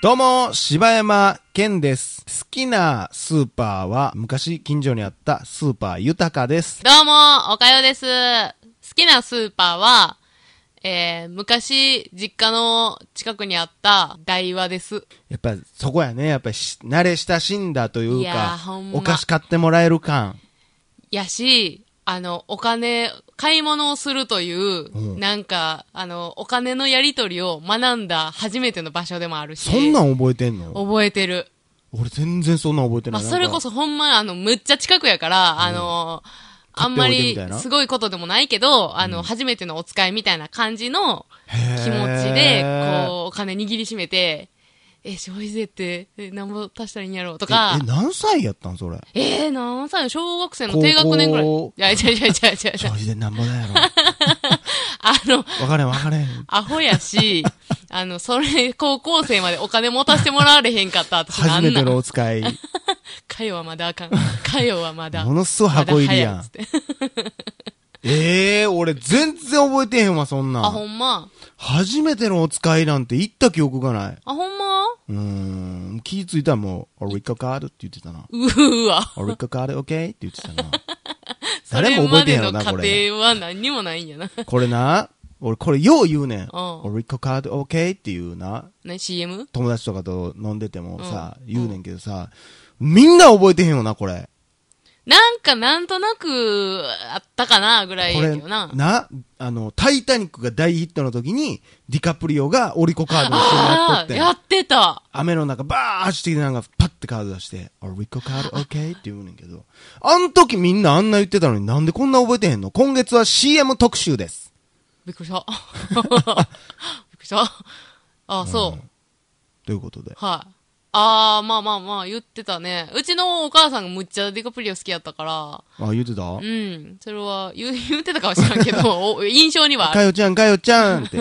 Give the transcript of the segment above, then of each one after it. どうも、柴山健です。好きなスーパーは、昔近所にあったスーパー豊かです。どうも、おかよです。好きなスーパーは、えー、昔、実家の近くにあった、大和です。やっぱりそこやね、やっぱりし慣れ親しんだといういやかーほん、まお菓子買ってもらえる感。やし、あの、お金、買い物をするという、うんなんか、あの、お金のやり取りを学んだ初めての場所でもあるし。そんなん覚えてんの覚えてる。俺全然そんなん覚えてまなあ、い。それこそ。そほんま、あの、むっちゃ近くやから、あの、あんま買っておいでみりたいなすごいことでもないけど、あの、初めてのお使いみたいな感じの気持ちへで、ーこう、お金握りしめて、え、消費税って、え、なんぼ足したらいいんやろうとえ、かえ、何歳やったんそれ。えー、何歳小学生の低学年ぐらい。高校いや、いやいやいやいや いそやれでなんぼだ やろ。あの、わかれんわかれん。アホ やし、あの、それ、高校生までお金持たせてもらわれへんかった、私な初めんなてのん。お使い。かよはまだあ かん。かよはまだ。ものすごい箱入りやんまだ早いっつってええー、俺全然覚えてへんわ、そんなあ、んほ。んま。初めてのお使いなんて行った記憶がない。あ、ほんまうーん、気ぃついたらもう、アリカカードって言ってたな。うーわ。アリカカードオッケーって言ってたな。そ誰れも覚まえてへでんやろのな、過こ程れ。は何にもないんやな。 これな、俺これよう言うねん。アうんリカカードオッケーっていうな、ね、CM? 友達とかと飲んでてもさ、言うねんけどさ、みんな覚えてへんよな、これ。なんかなんとなくあったかなぐらいこやれ、けどな。な、あの、タイタニックが大ヒットの時に、ディカプリオがオリコカードにしてやっとっああ、て んやってた。雨の中バーッ走ってきてなんかパッてカード出して、あ、リコカードオッケーって言うねんけど、あん時みんなあんな言ってたのになんでこんな覚えてへんの今月は CM 特集です。びっくりした。 びっくりした。あ、そう。ということで。はい。ああ、まあまあまあ、言ってたね。うちのお母さんがむっちゃディカプリオ好きやったから、あ、言ってたうん。それは、言う、 言ってたかもしれんけど、お印象にはあるかよちゃん、かよちゃん って。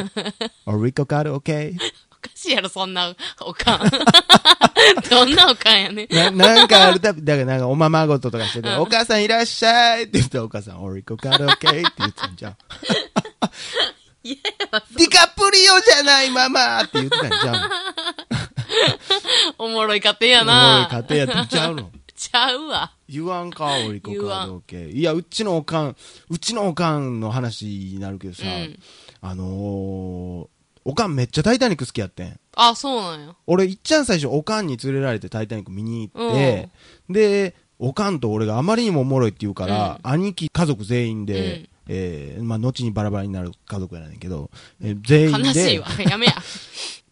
あ、リコカードオッケおかしいやろ、そんなおかん。 どんなおかんやねんー。。な、なんかあるたび、だからなんかおままごととかしてて、お母さんいらっしゃいって言ったらお母さん、あ、リコカードオッケーって言ってたんじ ゃん。いやいや、ディカプリオじゃないママって言ってたんじゃん。 おもろい家庭やおもな。ろい家庭やってちゃうの。ちゃうわ。言わんか、オリコカ言わーんド系。いや、うちのおかん、うちのおかんの話になるけどさ、うんあのー、おかんめっちゃタイタニック好きやってん。あ、そうなんや。俺、いっちゃん最初、おかんに連れられてタイタニック見に行って、で、おかんと俺があまりにもおもろいって言うから、兄貴家族全員で、うんえーまあ、後にバラバラになる家族やねんけど、えー全員悲しいでわ、。やめや。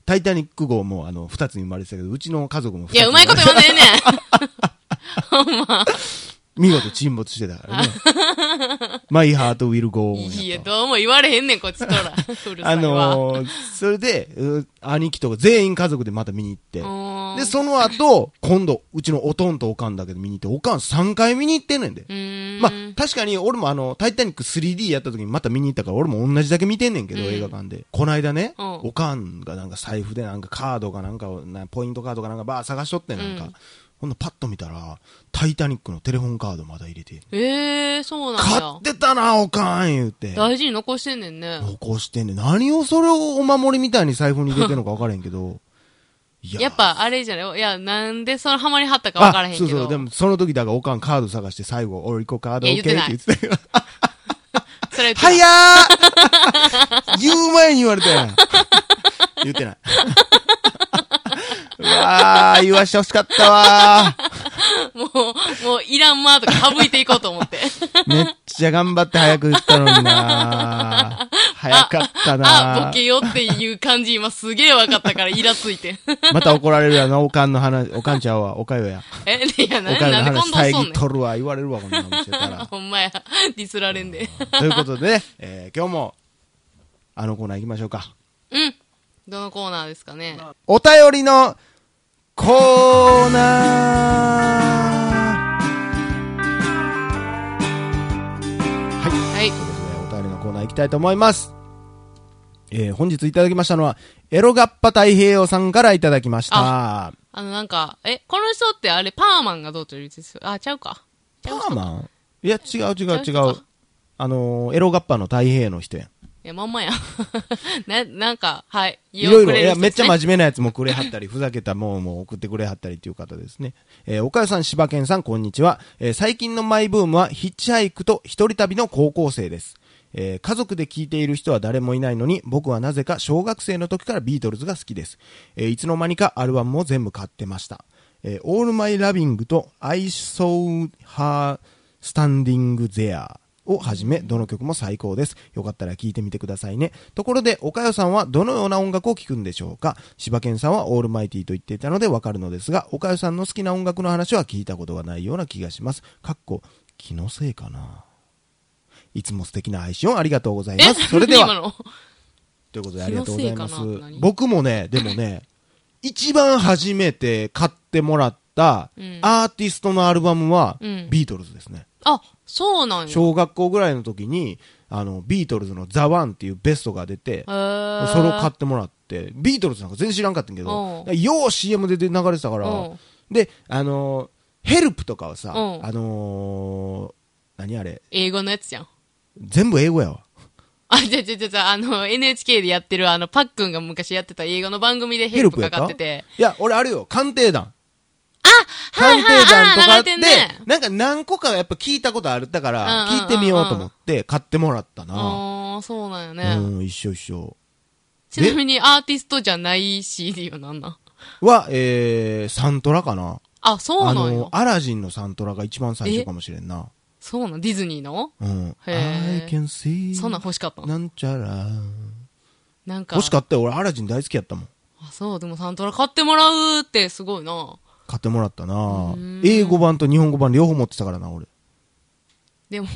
タイタニック号も、あの、二つに生まれてたけど、うちの家族も二ついや、うまいこと言わねえね ん。ほんま。見事沈没してたから ね。マイハートウィルゴーンいやや、った。どうも言われへんねん、こっ ちとら。うるさあいわ。のー、それで、う兄貴とか全員家族でまた見に行ってう。ーんで、その後、今度、うちのおとんとおかんだけど見に行って、おかん3回見に行ってんねんでう。ーん。まあ、確かに俺もあの、タイタニック 3D やった時にまた見に行ったから、俺も同じだけ見てんねんけど、うん映画館で。こないだね、うんおかんがなんか財布でなんかカードかなんかを、なポイントカードかなんかばー探しとってなんか。うんほんなパッと見たら、タイタニックのテレホンカードまだ入れて。ええー、そうなん買やっ。てたな、おかん言うて。大事に残してんねんね。残してんねん何をそれをお守りみたいに財布に入れてんのか分からへんけ ど。いやっ、ぱ、あれじゃないいや、なんでそのハマりはったかわからへんけど。あそうそう、でもその時だからおかんカード探して最後、俺リコカードオいッやケー言っってて言ないって たよ。それ、早ー 言う前に言われたやん。 言ってない。 うわー、言わしてほしかったわー。もう、もう、いらんまーとか省いていこうと思 って。めっちゃ頑張って早く言ったのに なー。早かったなー。あ、ボケよっていう感じ、今すげえわかったから、イラついて。 また怒られるやな、おかんの話、おかんちゃうわ、おかよや。え、いや、おなかよのなんで今話、度遮そんっねとるわ、言われるわ、こんなのしてたん。ら。 ほんまや。ディスられ んで。ということでね、えー今日も、あのコーナー行きましょうか。うん。どのコーナーですかね。お便りの、コーナーはい。ということで、お便りのコーナー行きたいと思います。えー本日いただきましたのは、エロガッパ太平洋さんからいただきました。あの、なんか、え、この人ってあれ、パーマンがどうというですあ、ちゃうか。パーマンいや、違う違う違違う人うか。あのーエロガッパの太平の人やん。いや、まんまや。 な、なんか、はい。いろいろ、いや、よくくれる人めっちゃ真ですね面目なやつもくれは ったり、ふざけたもんも送ってくれはったりという方ですね。えー、岡谷さん、柴犬さん、こんにちは。えー最近のマイブームは、ヒッチハイクと一人旅の高校生です。えー家族で聴いている人は誰もいないのに、僕はなぜか小学生の時からビートルズが好きです。えーいつの間にかアルバムも全部買ってました。えー、オールマイラビングと I saw her standing there をはじめ、どの曲も最高です。よかったら聴いてみてくださいね。ところで、岡代さんはどのような音楽を聴くんでしょうか柴犬さんはオールマイティと言っていたのでわかるのですが、岡代さんの好きな音楽の話は聞いたことがないような気がします。かっこ、気のせいかな。いつも素敵な配信をありがとうございます。それで今は、のということでありがとうございます気のせいかな何。僕もね、でもね、一番初めて買ってもらったうんアーティストのアルバムは、うんビートルズですね。あ、そうなんや。小学校ぐらいの時に、あの、ビートルズのザ・ワンっていうベストが出てへ、ーそれを買ってもらって、ビートルズなんか全然知らんかったんやけど、うよう CM で流れてたからうん、で、あのーヘルプとかはさ、うんあのー何あれ、英語のやつじゃん。全部英語やわ。あ、じゃじゃじゃじゃあの、NHK でやってる、あの、パックンが昔やってた英語の番組でヘヘルルププやかったかってて。いや、俺あるよ、鑑定団。あはい鑑定団とかあはいあーって、流れてんねなんか何個かやっぱ聞いたことあるだかうら、んうんうんうん聞いてみようと思って買ってもらったな。ああー、そうなんやうね。ん、一緒一緒。ちなみにアーティストじゃない CD はなんなんは、えー、サントラかな。あ、そうあなんのや、。アラジンのサントラが一番最初かもしれんな。そうなんディズニーのうん。へー I can see. そんなん欲しかったのなんちゃら。なんか。欲しかっったよ。俺、アラジン大好きやったもん。た。あ、そう、でもサントラ買ってもらうってすごいな。買ってもらったなうん英語版と日本語版両方持ってたからな、 俺。でも、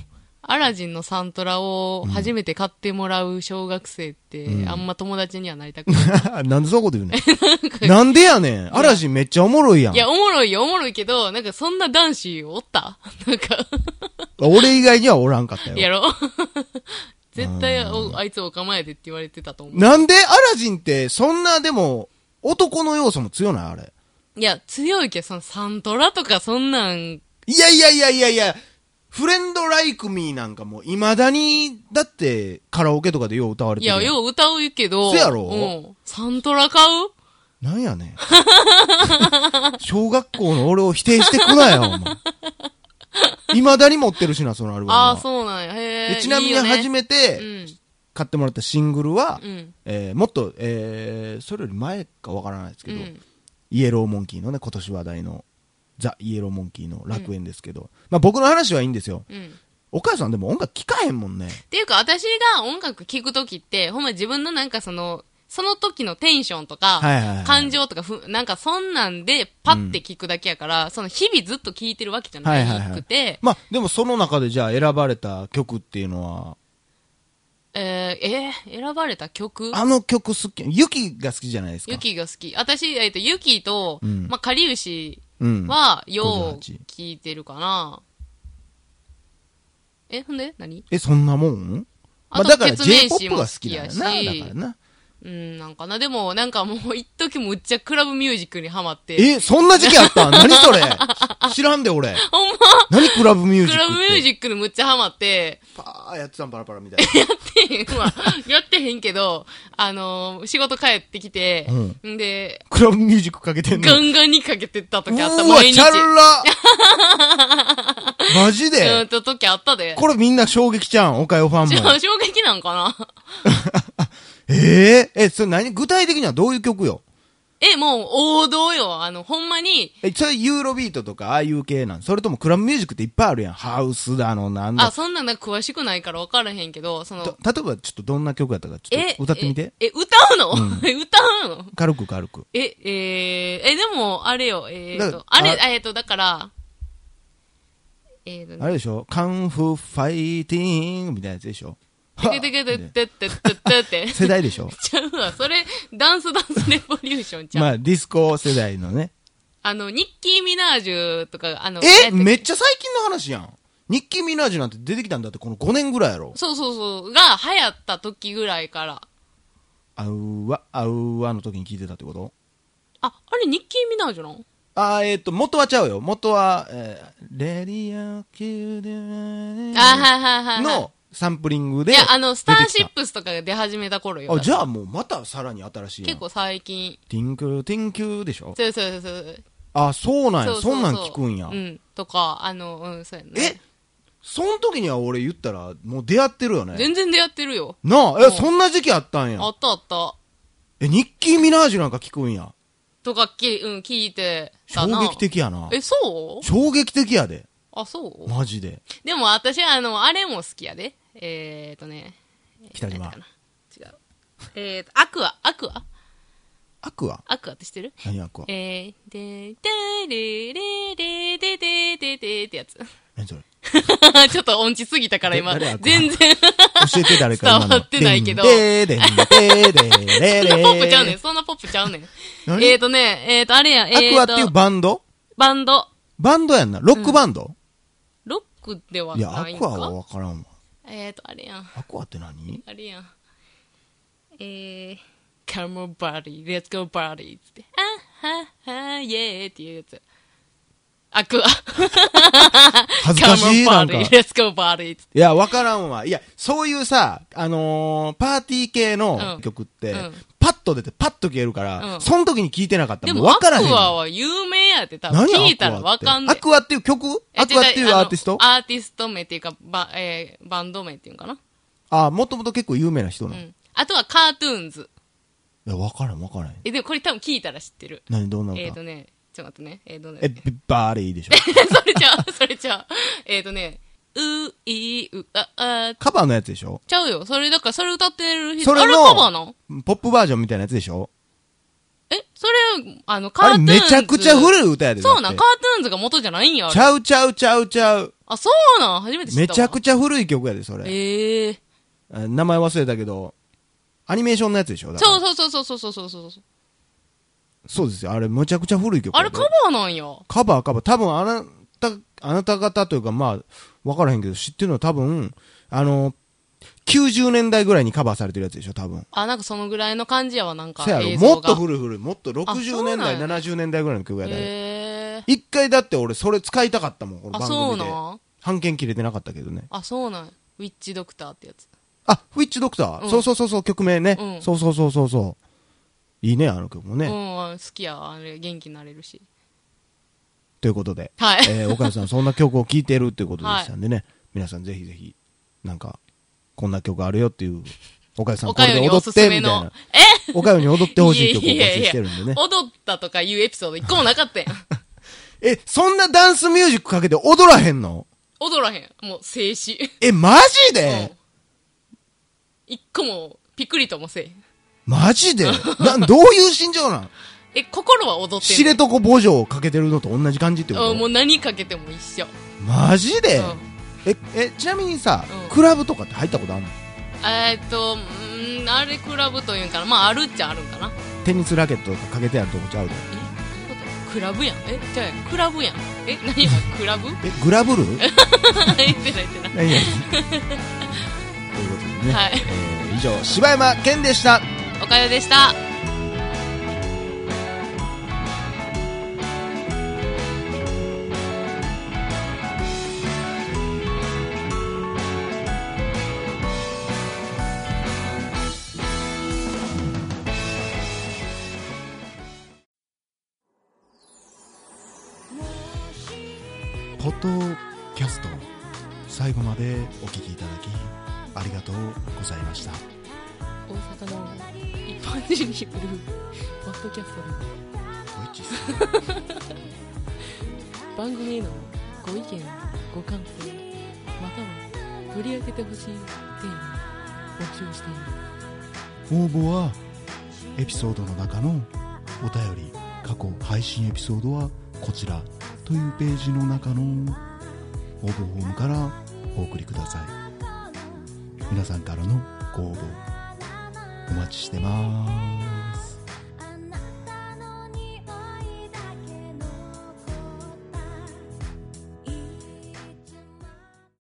アラジンのサントラを初めて買ってもらう小学生って、あんま友達にはなりたくない。なんでそういうこと言 うねん。なんでやねん。アラジンめっちゃおもろいやんい。や、おもろいよ、おもろいけど、なんかそんな男子おった なんか、俺以外にはおらんかったやよ。 ろ絶対お、あいつお構えでって言われてたと思う。なんでアラジンって、そんなでも、男の要素も強ないあれ。いや、強いけど、そのサントラとかそんなん、いやいやいやいやいや、フレンドライクミーなんかも、未だに、だって、カラオケとかでよう歌われいてるや、んよう歌うけど、せやろうん。サントラ買うなんやねん。 小学校の俺を否定してくなよ、お前。未だに持ってるしな、そのアルバムは。ああ、そうなんや。へえ。でちなみに初めめてうん。買ってもらったシングルは、うん。えーもっと、えーそれより前かわからないですけうど、ん。イエローモンキーのね、今年話題の、ザ・イエローモンキーの楽園ですけど、まあ僕の話はいいんですよ。うん。お母さんでも音楽聴かへんもんね。っていうか、私が音楽聴くときって、ほんま自分のなんかその、その時のテンションとか、はいはいはい感情とかふ、なんかそんなんでパッて聞くだけやから、その日々ずっと聞いてるわけじゃなはいいくて、はいはい。 まあでもその中でじゃあ選ばれた曲っていうのは、えー、えー選ばれた曲あの曲好き、ユキが好きじゃないですか。ユキが好き。私、えっ、と、ユキと、うんまあ、かりうしうん。は、よう58聞いてるかな。え、ほんで何え、そんなもんあとだからケツメイシ J-POP もが好好ききだやよしな。だからな。うん、なんかな。でも、なんかもう、一時むっちゃクラブミュージックにハマって。え、そんな時期あった 何それ知らんで俺。ほんま何クラブミュージッククってラブミュージックにむっちゃハマって、パーやってたんパラパラみたいやってへんわ。やってへんけど、あのー仕事帰ってきて、ん、で、な。クラブミュージックかけてんの。ガンガンにかけてった時あった、うわ、毎日。チャ ラマジうん、でと時あったで。これみんな衝撃ちゃん、おかよファンじゃもあ。衝撃なんかな えー、え、それ何具体的にはどういう曲よえ、もう王道よ。あの、ほんまに、え、それユーロビートとかああいう系なんそれともクラブミュージックっていっぱいあるやん。ハウスだの、なんあ、だ。そんなんなんか詳しくないから分からへんけど、その、た例えばちょっとどんな曲やったか、ちょっえ、と歌ってみて。え、え歌うの、え、歌うの軽く軽く。え、えー、え、でも、あれよ、えー、だかとら、あれ、あえー、と、だから、えー、とあれでしょカンフーファイティングみたいなやつでしょてけてけてってってってってって。世代でし ょちゃうわ。それ、ダンスダンスレボリューションちゃう。まあ、ディスコ世代のね。あの、ニッキー・ミナージュとか、あの、えめめっちゃ最近の話やん。ニッキー・ミナージュなんて出てきたんだってこの5年ぐらいやろ。そうそうそう、が流行った時ぐらいから。あうわ、あうわの時に聞いてたってことあ、あれニッキー・ミナージュなんあー、えっ、と、元はちゃうよ。元は、えーレディア・キューデュあ、はいはいはいはい。の、サンプリングいで。や、あの、スターシップ。プスとかが出始めた頃よ。あ、じゃあもうまたさらに新しいやん。結構最近。ティンクル、ティンキューでしょそうそうそうそう。あ、そうなんそや。そうそうんなん聞くんや。うん。とか、あの、うん、そうやね。えそん時には俺言ったら、もう出会ってるよね。全然出会ってるよ。なあ、うえ、んそんな時期あったんやあ。ったあった。え、ニッキー・ミナージュなんか聞くんや。とかき、うん、聞いて衝たな。撃的やな。え、そう衝撃的やで。あ、そうマジで。でも私、あの、あれも好きやで。えーとね。北島何やったかな違う。えーと、アクア、アクアアクアアクアって知ってる何アクアえー、で、で、で、で、で、で、で、で、で、ってやつ。何それちょっと音痴すぎたから今。誰アクア全然。教えて誰か今の伝わってないけどでーでーでーでーでーでーそんな ポップちゃうねん。そんなポップちゃうねん。何えーとね、えーと、あれや、えーアと、クアっていうバンドバンド。バンドやんな。ロックバンドロックではいや、アないんクアはかわからんわ。えーと、あれやん。アクアって何あれやん。えー、come on body, let's go body つって、あはは、イェーっていうやつ。アクア。恥ずかしい come on なんか。 body, い let's go body つって。や、わからんわ。いや、そういうさ、あのー、パーティー系うのん曲ってうん、パッと出てパッと消えるからう、んその時に聞いてなかったでらもうも、わアクからへん。アは有名やって多分何アクア聞いたらわかんなアい。クアっていう曲アクアっていうアーティストアーティスト名っていうか、ば、えー、バンド名っていうのかな。あ、もともと結構有名な人なうの。いん。あとはカートゥーンズ。や、わからんわからん。え、でもこれ多分聞いたら知ってる。何、どんなえー歌とね、ちょっと待ってね。えーとね。え、ビバーレイ でしょ。それちゃう、それちゃう。えーとね、う、い、う、あ、あ、カバーのやつでしょちゃうよ。それ、だからそれ歌ってる人、それのあれカバーなんポップバージョンみたいなやつでしょえ、それ、あの、カあートゥれーンズ。めちゃくちゃ古い歌やで。そうなん、だカっートゥーンズが元じゃないんや。あてちれゃうちゃうちゃうちゃう。あ、そうなん、初めて知めったわ。ちゃくちゃ古い曲やで、それ。ええー。あ名前忘れたけど、アニメーションのやつでしょだからそうそうそうそうそうそうそうそう。そうですよ。あれ、むちゃくちゃ古い曲やあで。れカバーなんや。カバー、カバー。多分、あなた、あなた方というか、まあ、わからへんけど、知ってるのは多分、あの、90年代ぐらいにカバーされてるやつでしょ、多分。あ、なんかそのぐらいの感じやわ、なんかそやろ映。像が。もっと古い古い。もっと60年代、あそうなんや70年代ぐらいの曲やで。ええ一回だって俺、それ使いたかったもん、このあ、番そう組でな。ん半券切れてなかったけどね。あ、そうなんウィッチドクターってやつ。あ、ウィッチドクター。うんそうそうそうそう、曲名ね。うんそうそうそうそうそう。いいね、あの曲もね。うん、好きやわ。あれ、元気になれるし。ということで、はい。え ー、岡谷さん、そんな曲を聴いてるということでしたんでね、皆さんぜひぜひ、なんか、こんな曲あるよっていう、岡谷さん、おこれかよでに踊おっすて、みたすめいのな。。岡谷に踊ってほしい曲を募や集してるんでね。踊ったとかいうエピソード一個もなかったやん。 え、そんなダンスミュージックかけて踊らへんの踊らへん。もう静止。え、マジうんで一個もピクリともせえへん。マジ でなん、どういう心情なんえ、心は踊って知んねん。床墓場をかけてるのと同じ感じってこうんもうと何かけても一緒。マジで、うんえ、え、ちなみにさ、うんクラブとかって入ったことあるのえーっと、うーんあれクラブというんかな。まあ、あるっちゃあるんかな。テニスラケットとかかけてあるとこちゃうで。えどういうことクラブやん。えじゃあ、クラブやん。え何やクラブ 言え、グラブルってない言ってない。 何やということでね、はいえー以上、柴山健でした。おかよでした。ポッドキャスト最後までお聞きいただきありがとうございました大阪の一般人によるポッドキャストで番組へのご意見ご感想または取り上げてほしいテーマを募集しています応募はエピソードの中のお便り過去配信エピソードはこちらというページの中の応募フォームからお送りください皆さんからのご応募お待ちしてます